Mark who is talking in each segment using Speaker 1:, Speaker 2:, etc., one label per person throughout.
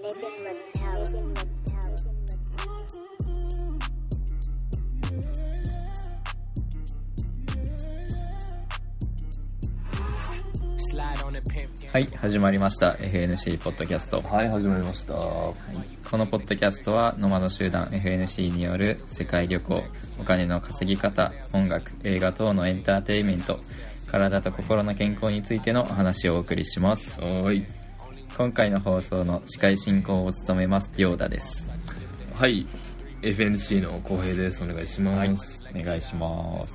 Speaker 1: Make it look tough. Make it look tough.
Speaker 2: Slide on a pimp game.
Speaker 3: はい、始まりました。FNC ポッドキャスト。
Speaker 4: はい、始まりました。は
Speaker 3: このポッドキャストは、ノマド集団 FNC による世界旅行、お金の稼ぎ方、音楽、映画等のエンターテインメント、体と心の健康についてのお話をお送りします。
Speaker 4: い。
Speaker 3: 今回の放送の司会進行を務めます、りょうだです。
Speaker 4: はい。FNC の浩平です。お願いします。
Speaker 3: お願いします。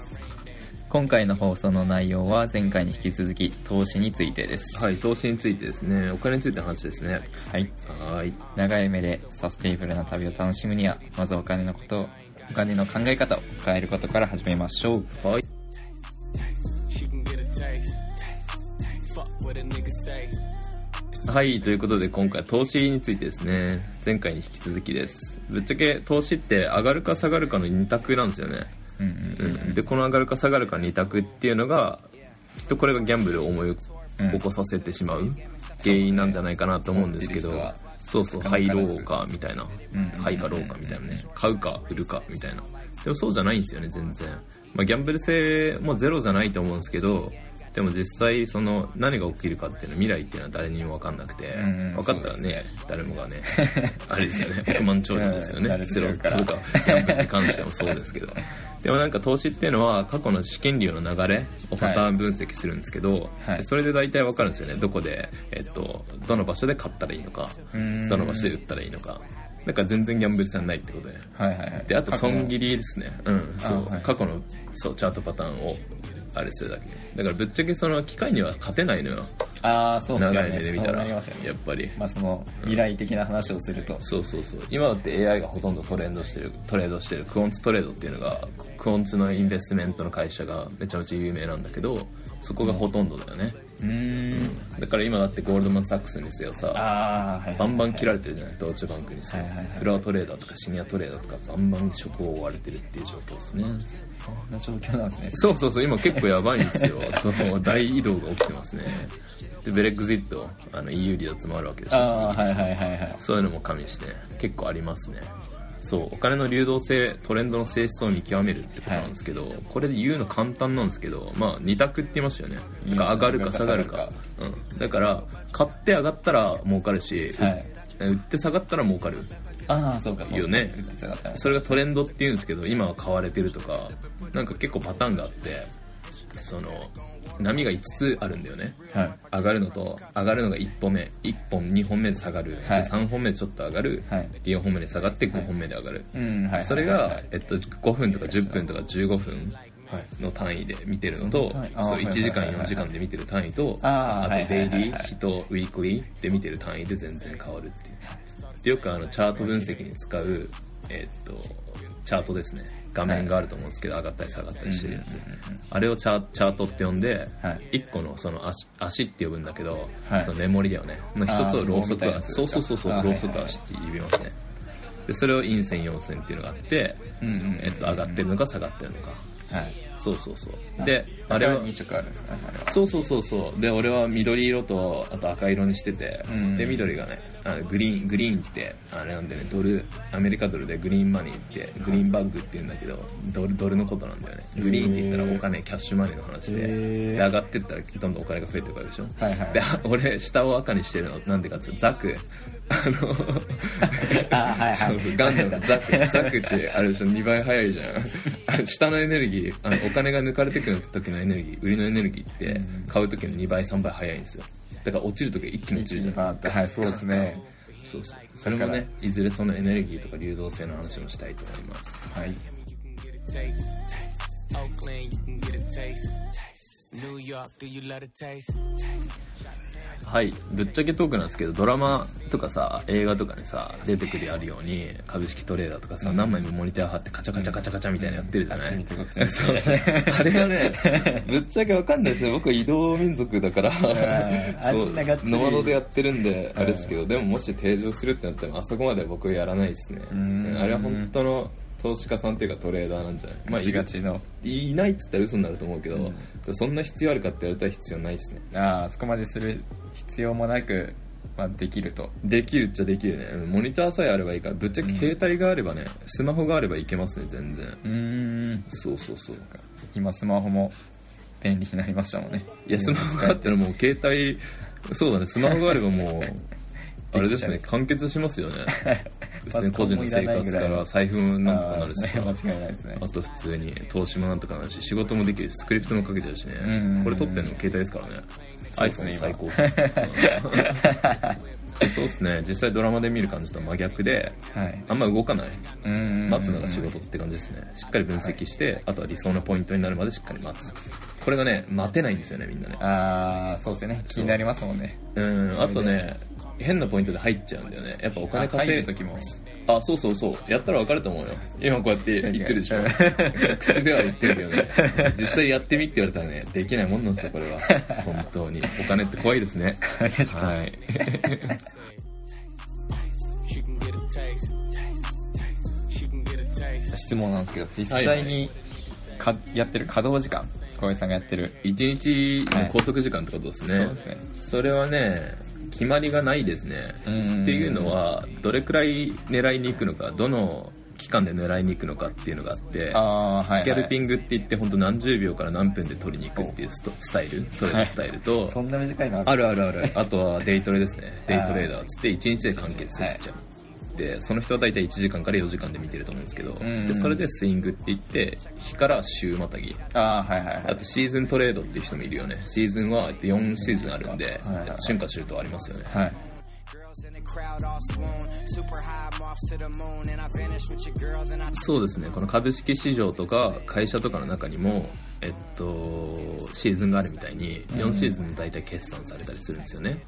Speaker 3: 今回の放送の内容は、前回に引き続き、投資についてです。
Speaker 4: はい、投資についてですね、お金についての話ですね。
Speaker 3: はい。
Speaker 4: はい。
Speaker 3: 長い目でサステイブルな旅を楽しむにはまずお金のことをお金の考え方を変えることから始めましょう
Speaker 4: はい。
Speaker 2: She can get a taste. Fuck what a nigga say.
Speaker 4: はい、ということで今回投資についてですね、前回に引き続きです。ぶっちゃけ投資って上がるか下がるかの二択なんですよね。
Speaker 3: うんうん
Speaker 4: うん。で、この上がるか下がるかの二択っていうのが、きっとこれがギャンブルを思い起こさせてしまう原因なんじゃないかなと思うんですけど、そうそう、入ろうかみたいな、入かろうかみたいなね、買うか売るかみたいな。でもそうじゃないんですよね、全然。まあ、ギャンブル性もゼロじゃないと思うんですけど、でも実際その何が起きるかっていうの未来っていうのは誰にも分かんなくて、
Speaker 3: ん
Speaker 4: 分かったらね誰もが ねあれですよね億万長者ですよ
Speaker 3: うんな
Speaker 4: ね
Speaker 3: るでし
Speaker 4: ゼ
Speaker 3: ょ
Speaker 4: ロ
Speaker 3: う
Speaker 4: と
Speaker 3: から
Speaker 4: かギャンブルに関してもそうですけどでもなんか投資っていうのは過去の資金流の流れをパターン分析するんですけど、
Speaker 3: はい
Speaker 4: でそれで大体わかるんですよねどこで、えっと、どの場所で買ったらいいのか
Speaker 3: うん
Speaker 4: どの場所で売ったらいいのかだから全然ギャンブルさんないってことで、ね、
Speaker 3: はいはいはい
Speaker 4: であと損
Speaker 3: り
Speaker 4: 切りですねうんそう
Speaker 3: あはい
Speaker 4: 過去のそうチャートパターンをあれするだけだからぶっちゃけその機械には勝てないのよ
Speaker 3: ああそうっすよね
Speaker 4: 長い目で見たら、
Speaker 3: そうなり
Speaker 4: や
Speaker 3: ま
Speaker 4: っ
Speaker 3: すよね
Speaker 4: ぱり
Speaker 3: まあその未来的な話をすると
Speaker 4: そうそうそう今だって AI がほとんどトレンドしてるトレードしてるクオンツトレードっていうのがクオンツのインベストメントの会社がめちゃめちゃ有名なんだけどそこがほとんどだよね、
Speaker 3: うーん
Speaker 4: だから今だってゴールドマン・サックスにせよさ
Speaker 3: ああはい
Speaker 4: バンバ
Speaker 3: ン
Speaker 4: ン切られてるじゃないドーチェバンクにせよ
Speaker 3: はいはいはい
Speaker 4: フロアトレーダーとかシニアトレーダーとかバンバン職を追われてるっていう状況ですね
Speaker 3: そんな状況なんですね
Speaker 4: そうそうそう今結構やばいんです よその大移動が起きてますねでブレグジットあの EU 離脱もあるわけでしょ
Speaker 3: ああーはいはいはいはい
Speaker 4: そういうのも加味して結構ありますねそうお金の流動性トレンドの性質を見極めるってことなんですけど、これで言うの簡単なんですけどまあ2択って言いましたよね
Speaker 3: いい
Speaker 4: だから上がるか下がる
Speaker 3: 上が
Speaker 4: か
Speaker 3: るか
Speaker 4: うん、だから買って上がったら儲かるし、
Speaker 3: はい
Speaker 4: 売って下がったら儲かる
Speaker 3: ああそうかそうか
Speaker 4: いいよね
Speaker 3: そうだったね
Speaker 4: それがトレンドっていうんですけど今は買われてるとかなんか結構パターンがあってその波が5つあるんだよね
Speaker 3: はい
Speaker 4: 上がるのと上がるのが1歩目1本2本目で下がる、
Speaker 3: はい
Speaker 4: 3本目でちょっと上がる、
Speaker 3: はい
Speaker 4: 4本目で下がって5本目で上がる、
Speaker 3: うんはいはいはいはい
Speaker 4: それ
Speaker 3: は
Speaker 4: が
Speaker 3: い、
Speaker 4: えっと、5分とか10分とか15分の単位で見てるのと
Speaker 3: その単位あー
Speaker 4: そう
Speaker 3: はい
Speaker 4: 1
Speaker 3: はいはい
Speaker 4: 時間4時間で見てる単位と
Speaker 3: あー
Speaker 4: あとデイ
Speaker 3: はいはいは
Speaker 4: リ
Speaker 3: いは
Speaker 4: ー
Speaker 3: い
Speaker 4: 人ウィークリーで見てる単位で全然変わるっていうでよくあのチャート分析に使う、えっと、チャートですね画面があると思うんですけど、上がったり下がったりしてるやつ、あれをチャチャートって呼んで、
Speaker 3: はい
Speaker 4: 一1個のその足足って呼ぶんだけど、
Speaker 3: はい
Speaker 4: そのメモリだよねの一つをローソク
Speaker 3: あーそみたいな
Speaker 4: 足そうう
Speaker 3: やつですか
Speaker 4: そうそうそう
Speaker 3: あー
Speaker 4: ローソク足って呼びますねでそれを陰線陽線っていうのがあって、
Speaker 3: うんうんうん
Speaker 4: えっと、上がってるのか下がってるのか
Speaker 3: はい
Speaker 4: そうそうそうで
Speaker 3: あ
Speaker 4: あ
Speaker 3: れ
Speaker 4: れ
Speaker 3: は
Speaker 4: は
Speaker 3: 2色あるんですねあれは
Speaker 4: そうそうそうそうで俺は緑色とあと赤色にしてて、
Speaker 3: うん
Speaker 4: で緑がねあのグリーングリーンってあれなんでねドルアメリカドルでグリーンマネーってグリーンバッグって言うんだけどドルドルのことなんだよねグリーンって言ったらお金キャッシュマネーの話で
Speaker 3: へー
Speaker 4: で上がってったらどんどんお金が増えていくわけでしょ、
Speaker 3: はいはい
Speaker 4: で あ俺下を赤にしてるのなんでかっていうとザク あの
Speaker 3: あはいはい
Speaker 4: そうそうガンダムのザクザクってあれでしょ2倍早いじゃん下のエネルギーあのお金が抜かれてくる時のエネルギー売りのエネルギーって買う時の2倍3倍早いんですよだから落ちる時は一気に落ちるじゃん
Speaker 3: バーってはいそうですね
Speaker 4: そうそうそれも
Speaker 3: だ
Speaker 4: ね
Speaker 3: か
Speaker 4: いずれそのエネルギーとか流動性の話もしたいと思います
Speaker 3: はい
Speaker 2: You can get a taste. Oakland, you can get a taste. New York, do you love a taste?
Speaker 4: はいぶっちゃけトークなんですけどドラマとかさ映画とかにさ出てくるあるように株式トレーダーとかさ、何枚もモニター貼ってカチャカチャカチャカチャみたいなのやってるじゃない、
Speaker 3: あっち見てこっち見て
Speaker 4: そうそうあれはねぶっちゃけわかんないですね僕は移動民族 だから
Speaker 3: あんながっつり
Speaker 4: ノマドでやってるんであれですけど、でももし定常するってなったらあそこまでは僕はやらないですね
Speaker 3: ん
Speaker 4: あれは本当の投資家さんっていうかトレーダーなんじゃないまあ
Speaker 3: ガチガチの
Speaker 4: いいないっつったら嘘になると思うけど、そんな必要あるかって言われたら必要ないですね
Speaker 3: ああそこまでする必要もなくまあ、できると
Speaker 4: できるっちゃできるねうんモニターさえあればいいからぶっちゃけ携帯があればね、スマホがあればいけますね全然
Speaker 3: うーん
Speaker 4: そうそうそう
Speaker 3: 今スマホも便利になりましたもんね
Speaker 4: いやスマホがあってのもう携帯そうだねスマホがあればもう あれですね完結しますよね普通に個人の生活から財布もなんとかなるし
Speaker 3: あーそれは間違いないですね
Speaker 4: あと普通に投資もなんとかなるし仕事もできるしスクリプトもかけちゃうしね、
Speaker 3: んうんうん
Speaker 4: これ撮ってんの携帯ですからね
Speaker 3: そうですね
Speaker 4: iPhone 最高っすね そうですね実際ドラマで見る感じと真逆で
Speaker 3: はい
Speaker 4: あんま動かない
Speaker 3: うんうんうん
Speaker 4: 待つのが仕事って感じですねしっかり分析して、あとは理想のポイントになるまでしっかり待つこれがね待てないんですよねみんなね
Speaker 3: ああそうですよね気になりますもんね
Speaker 4: うんあとね変なポイントで入っちゃうんだよねやっぱお金
Speaker 3: あ
Speaker 4: 稼
Speaker 3: 入
Speaker 4: ぐ
Speaker 3: る時も
Speaker 4: あ、そうそうそう。やったらわかると思うよ。今こうやって言ってる でしょ。口では言ってるけどね。実際やってみって言われたらね、できないもんなんですよ、これ は。本当に。お金って怖いですね。はい。
Speaker 2: She can get a taste. She can get a taste.
Speaker 3: 質問なんですけど実際にかやってる稼働時間小林さんがやってる
Speaker 4: 一日の拘束時間ってことですね。
Speaker 3: はいそうですね
Speaker 4: それはね、決まりがないですね。って
Speaker 3: うん
Speaker 4: いうのは、どれくらい狙いに行くのか、どの期間で狙いに行くのかっていうのがあって、
Speaker 3: ああーはい、はい、
Speaker 4: スキャルピン
Speaker 3: グ
Speaker 4: グって言って、本当何十秒から何分で取りに行くっていうストスタイル、トレードスタイルと、
Speaker 3: そんな短いの
Speaker 4: あ
Speaker 3: る
Speaker 4: るあるある。あとはデイトレですね。
Speaker 3: あー
Speaker 4: デイトレーダーっつって1日で完結させちゃう。で、その人は大体1時間から4時間で見てると思うんですけど、
Speaker 3: んうん
Speaker 4: でそれでスイングって言って、日から週またぎ。
Speaker 3: ああはいはいは
Speaker 4: あ
Speaker 3: い
Speaker 4: とシーズントレードっていう人もいるよね。シーズンは4シーズンあるんで
Speaker 3: はいはいはい、
Speaker 4: 春夏秋冬ありますよね。
Speaker 3: はい
Speaker 5: Girls in the crowd all swoon. Super high, I'm off to the moon. And I vanish with your girl, then I
Speaker 4: そうですね、この株式市場とか会社とかの中にも、えっと、シーズンがあるみたいに、4シーズンで大体決算されたりするんですよね。
Speaker 3: はい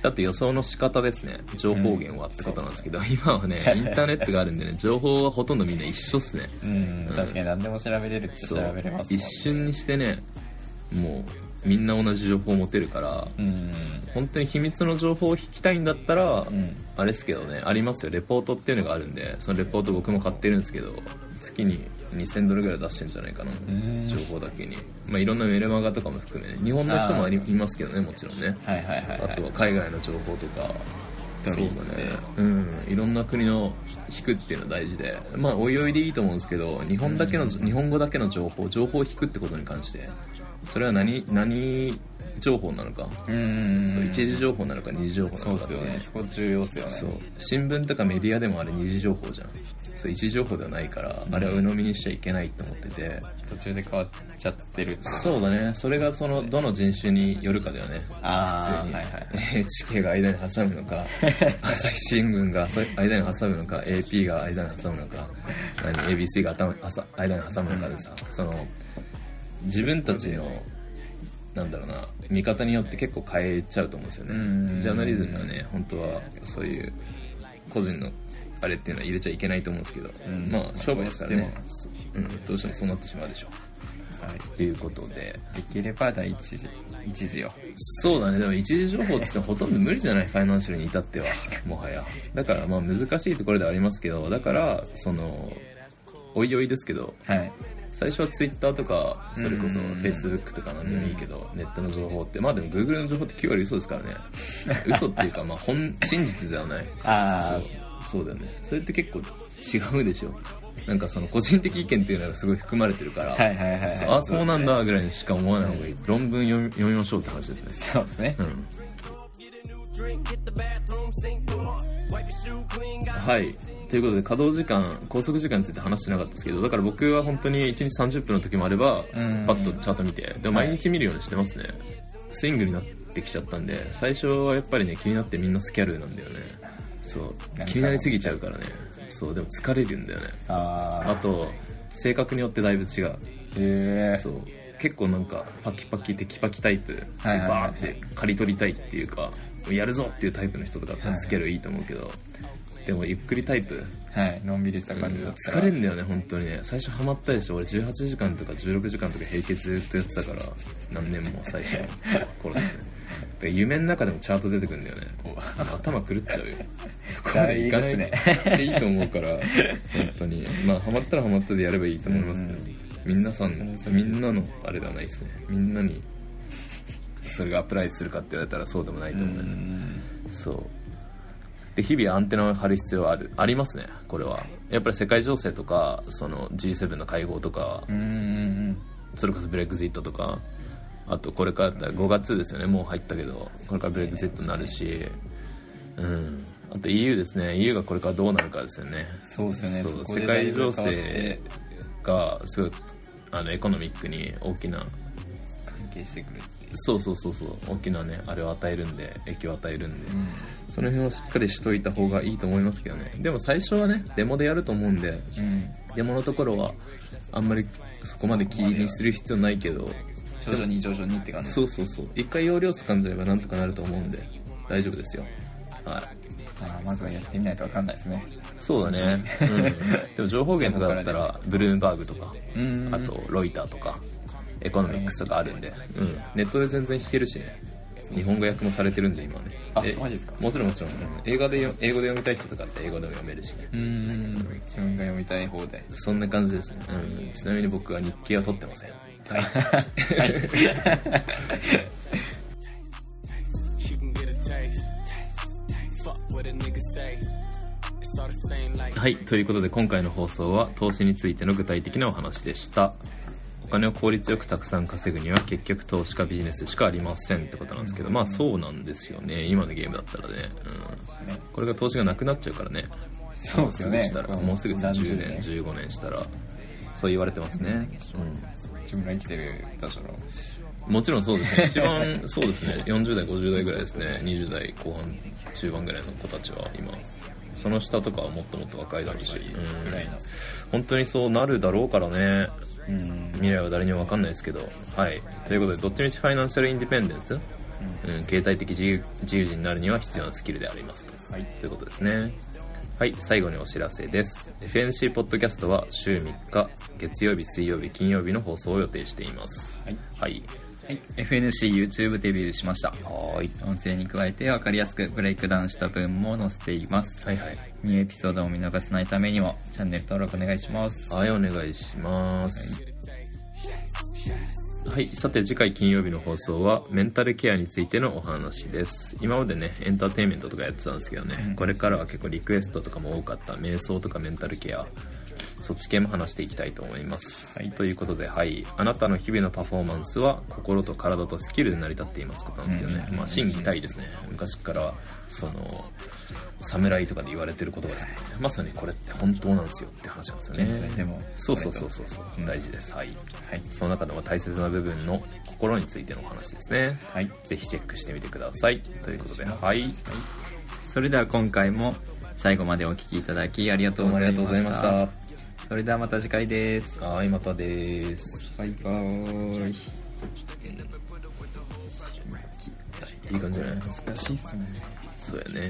Speaker 4: だって予想の仕方ですね情報源はってことなんですけど、今はねインターネットがあるんでね情報はほとんどみんな一緒っすね
Speaker 3: うん確かに何でも調べれるっちゃ調
Speaker 4: そう
Speaker 3: べれますもんね
Speaker 4: 一瞬にしてねもうみんな同じ情報を持てるから、
Speaker 3: うん
Speaker 4: 本当に秘密の情報を聞きたいんだったら、
Speaker 3: ん
Speaker 4: あれですけどねありますよレポートっていうのがあるんでそのレポート僕も買ってるんですけど月に2000ドルぐらい出してんじゃないかな情報だけに、まあ、いろんなメルマガとかも含めね日本の人もありいますけどねもちろんね
Speaker 3: はいはいはいはい
Speaker 4: あとは海外の情報とか、
Speaker 3: そうだね
Speaker 4: うん、いろんな国の引くっていうのは大事で、まあ、おいおいでいいと思うんですけど、日本だけの、日本語だけの情報、情報を引くってことに関して、それは何、何情報なのか、
Speaker 3: うんうんうん
Speaker 4: そう一次情報なのか、二次情報な
Speaker 3: そう
Speaker 4: の
Speaker 3: で
Speaker 4: かっ
Speaker 3: す
Speaker 4: て
Speaker 3: よ
Speaker 4: ね
Speaker 3: ねそこ重要っすよね
Speaker 4: そう新聞とかメディアでもあれ二次情報じゃん。そう、一次情報ではないから、あれは鵜呑みにしちゃいけないと思ってて、
Speaker 3: 途中で変わっちゃってる
Speaker 4: そうだね、それがその、どの人種によるかだよね。
Speaker 3: ああ
Speaker 4: 普通に
Speaker 3: はいはい
Speaker 4: NHK が間に挟むの か朝日新聞が朝間に挟むのか AP が間に挟むのか何 ABC が頭朝間に挟むのかでさその自分たちのなんだろうな見方によって結構変えちゃうと思うんですよ
Speaker 3: うん
Speaker 4: ねジャーナリズムはね本当はそういう個人のあれっていうのは入れちゃいけないと思うんですけど、
Speaker 3: ん
Speaker 4: まあ商売ですからね
Speaker 3: どう
Speaker 4: うん、どうしてもそうなってしまうでしょ
Speaker 3: はい
Speaker 4: ということで
Speaker 3: できれば第一次一次を
Speaker 4: そうだね、でも一時情報って言ってもほとんど無理じゃない、ファイナンシャルに至っては、もはや。だから、まあ難しいところではありますけど、だから、その、おいおいですけど、
Speaker 3: はい
Speaker 4: 最初は Twitter とか、それこそ
Speaker 3: うん
Speaker 4: Facebook とかなんでもいいけど、ネットの情報って、まあでも Google の情報って9割嘘ですからね。嘘っていうか、まあ本、真実ではない。
Speaker 3: あ
Speaker 4: そうだよね。それって結構違うでしょ。なんかその個人的意見っていうのがすごい含まれてるから、
Speaker 3: あはいはいはい
Speaker 4: あ、そうなんだぐらいにしか思わない方がいい。論文読み読みましょうって話ですね。
Speaker 3: そうですね
Speaker 4: はい。ということで、稼働時間、拘束時間について話してなかったですけど、だから僕は本当に1日30分の時もあれば、
Speaker 3: ん
Speaker 4: パッとチャート見て、でも毎日見るようにしてますね。スイングになってきちゃったんで、最初はやっぱりね、気になってみんなスキャルなんだよね。そう
Speaker 3: か。
Speaker 4: 気になりすぎちゃうからね。そう、でも疲れるんだよね。
Speaker 3: あ
Speaker 4: あと、性格によってだいぶ違う。
Speaker 3: へえ
Speaker 4: そう結構なんかパキパキテキパキタイプ、
Speaker 3: はいはいはい
Speaker 4: バーって刈り取りたいっていうかやるぞっていうタイプの人とかだったらスケールいいと思うけど、でもゆっくりタイプ
Speaker 3: はいのんびりした感じだったら
Speaker 4: 疲れんだよね本当にね最初ハマったでしょ俺18時間とか16時間とか平気ずっとやってたから何年も最初 の頃ですねで夢の中でもチャート出てくるんだよね頭狂っ ちゃうよそこまでいかないっていいと思うから本当にまあハマったらハマったでやればいいと思いますけど、みんなさんのみんなのあれではないですねみんなにそれがアプライするかって言われたらそうでもないと思う、そうで日々アンテナを張る必要はあるありますねこれはやっぱり世界情勢とかその G7 の会合とか
Speaker 3: うんうん
Speaker 4: それこそブレグジットとかあとこれからだったら5月ですよねもう入ったけどこれからブレグジットになるしうんあと EU ですね EU がこれからどうなるかですよね
Speaker 3: そうですよね
Speaker 4: そう
Speaker 3: そこで
Speaker 4: 世
Speaker 3: だい
Speaker 4: 界
Speaker 3: ぶ
Speaker 4: 情
Speaker 3: 変わって
Speaker 4: 勢がすごいあのエコノミックに大きな
Speaker 3: 関係してくるっていう
Speaker 4: そうそうそうそう大きなねあれを与えるんで影響を与えるんで、その辺をしっかりしといた方がいいと思いますけどねでも最初はねデモでやると思うんで
Speaker 3: うん
Speaker 4: デモのところはあんまりそこまで気にする必要ないけど
Speaker 3: 徐々に徐々にって感じ
Speaker 4: そうそうそう一回容量掴んじゃえばなんとかなると思うんで大丈夫ですよはい
Speaker 3: あーまずはやってみないとわかんないですね
Speaker 4: そうだね、うん、 でも情報源とかだった
Speaker 3: デモから
Speaker 4: ブルームバーグとか
Speaker 3: うん
Speaker 4: あとロイターとかエコノミックスとかあるんで、うん、ネットで全然弾けるしね日本語訳もされてるんで今ね
Speaker 3: あマジですか
Speaker 4: もちろんもちろん、うん英語でよ英語で読みたい人とかって英語でも読めるしね
Speaker 3: うん自分が読みたい方で
Speaker 4: そんな感じですね、うん、ちなみに僕は日記は取ってませんはい
Speaker 2: You can get a taste. Fuck what a nigga say. It's all the same like
Speaker 4: はい、ということで今回の放送は投資についての具体的なお話でした。お金を効率よくたくさん稼ぐには結局投資かビジネスしかありませんってことなんですけど、まあそうなんですよね。今のゲームだったらね。うん、これが投資がなくなっちゃうからね。
Speaker 3: そう
Speaker 4: も
Speaker 3: で
Speaker 4: う
Speaker 3: す
Speaker 4: す
Speaker 3: よ
Speaker 4: ぐ
Speaker 3: ね
Speaker 4: したら、もうすぐ10
Speaker 3: 30
Speaker 4: 年、
Speaker 3: 年
Speaker 4: 15年したら、そう言われてますね。
Speaker 3: 自分が生きてるだしょ
Speaker 4: うん、もちろんそうですね。一番そうですね。40代、50代ぐら いですね。20代後半、中盤ぐらいの子たちは今。その下とかはもっともっと若いだろうし。うん
Speaker 3: ぐらいの
Speaker 4: 本当にそうなるだろうからね
Speaker 3: うん
Speaker 4: 未来は誰にも分かんないですけどはいということでどっちみちファイナンシャルインディペンデンス、うん、経済的自由自由人になるには必要なスキルでありますと、
Speaker 3: はい
Speaker 4: ということですねはい最後にお知らせです FNC ポッドキャストは週3日月曜日水曜日金曜日の放送を予定しています
Speaker 3: はい、
Speaker 4: はい、
Speaker 3: はい FNCYouTube デビューしましたはい音声に加えて分かりやすくブレイクダウンした分も載せています
Speaker 4: はいはい
Speaker 3: ニューエピソードを見逃さないためにもチャンネル登録お願いします
Speaker 4: はい、お願いします。はい、さて次回金曜日の放送はメンタルケアについてのお話です。今までね、エンターテインメントとかやってたんですけどね、これからは結構リクエストとかも多かった、瞑想とかメンタルケア、そっち系も話していきたいと思います。
Speaker 3: はい
Speaker 4: ということで、はい、あなたの日々のパフォーマンスは心と体とスキルで成り立っていますことなんですけどね、まあ、心技体ですね。昔から、その、侍とかで言われてる言葉ですけどね、まさにこれって本当なんですよって話なんですよね。
Speaker 3: 現在でも
Speaker 4: そうそうそうそうそう、
Speaker 3: うん
Speaker 4: 大事ですはい
Speaker 3: はい
Speaker 4: その中でも大切な部分の心についてのお話ですね
Speaker 3: はい
Speaker 4: ぜひチェックしてみてくださいということではい
Speaker 3: それでは今回も最後までお聞きいただきありがとうございました
Speaker 4: どうもありがとうございま
Speaker 3: それではまた次回です
Speaker 4: はいまたです
Speaker 3: バイバーイ
Speaker 4: いい感じじゃない
Speaker 3: 難しいっすね
Speaker 4: そうやね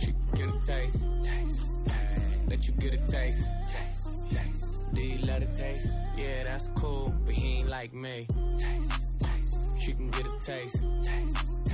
Speaker 2: you can get a taste. Let you get a taste. Do you love the taste? Yeah, that's cool, but he ain't like me. She can get a taste.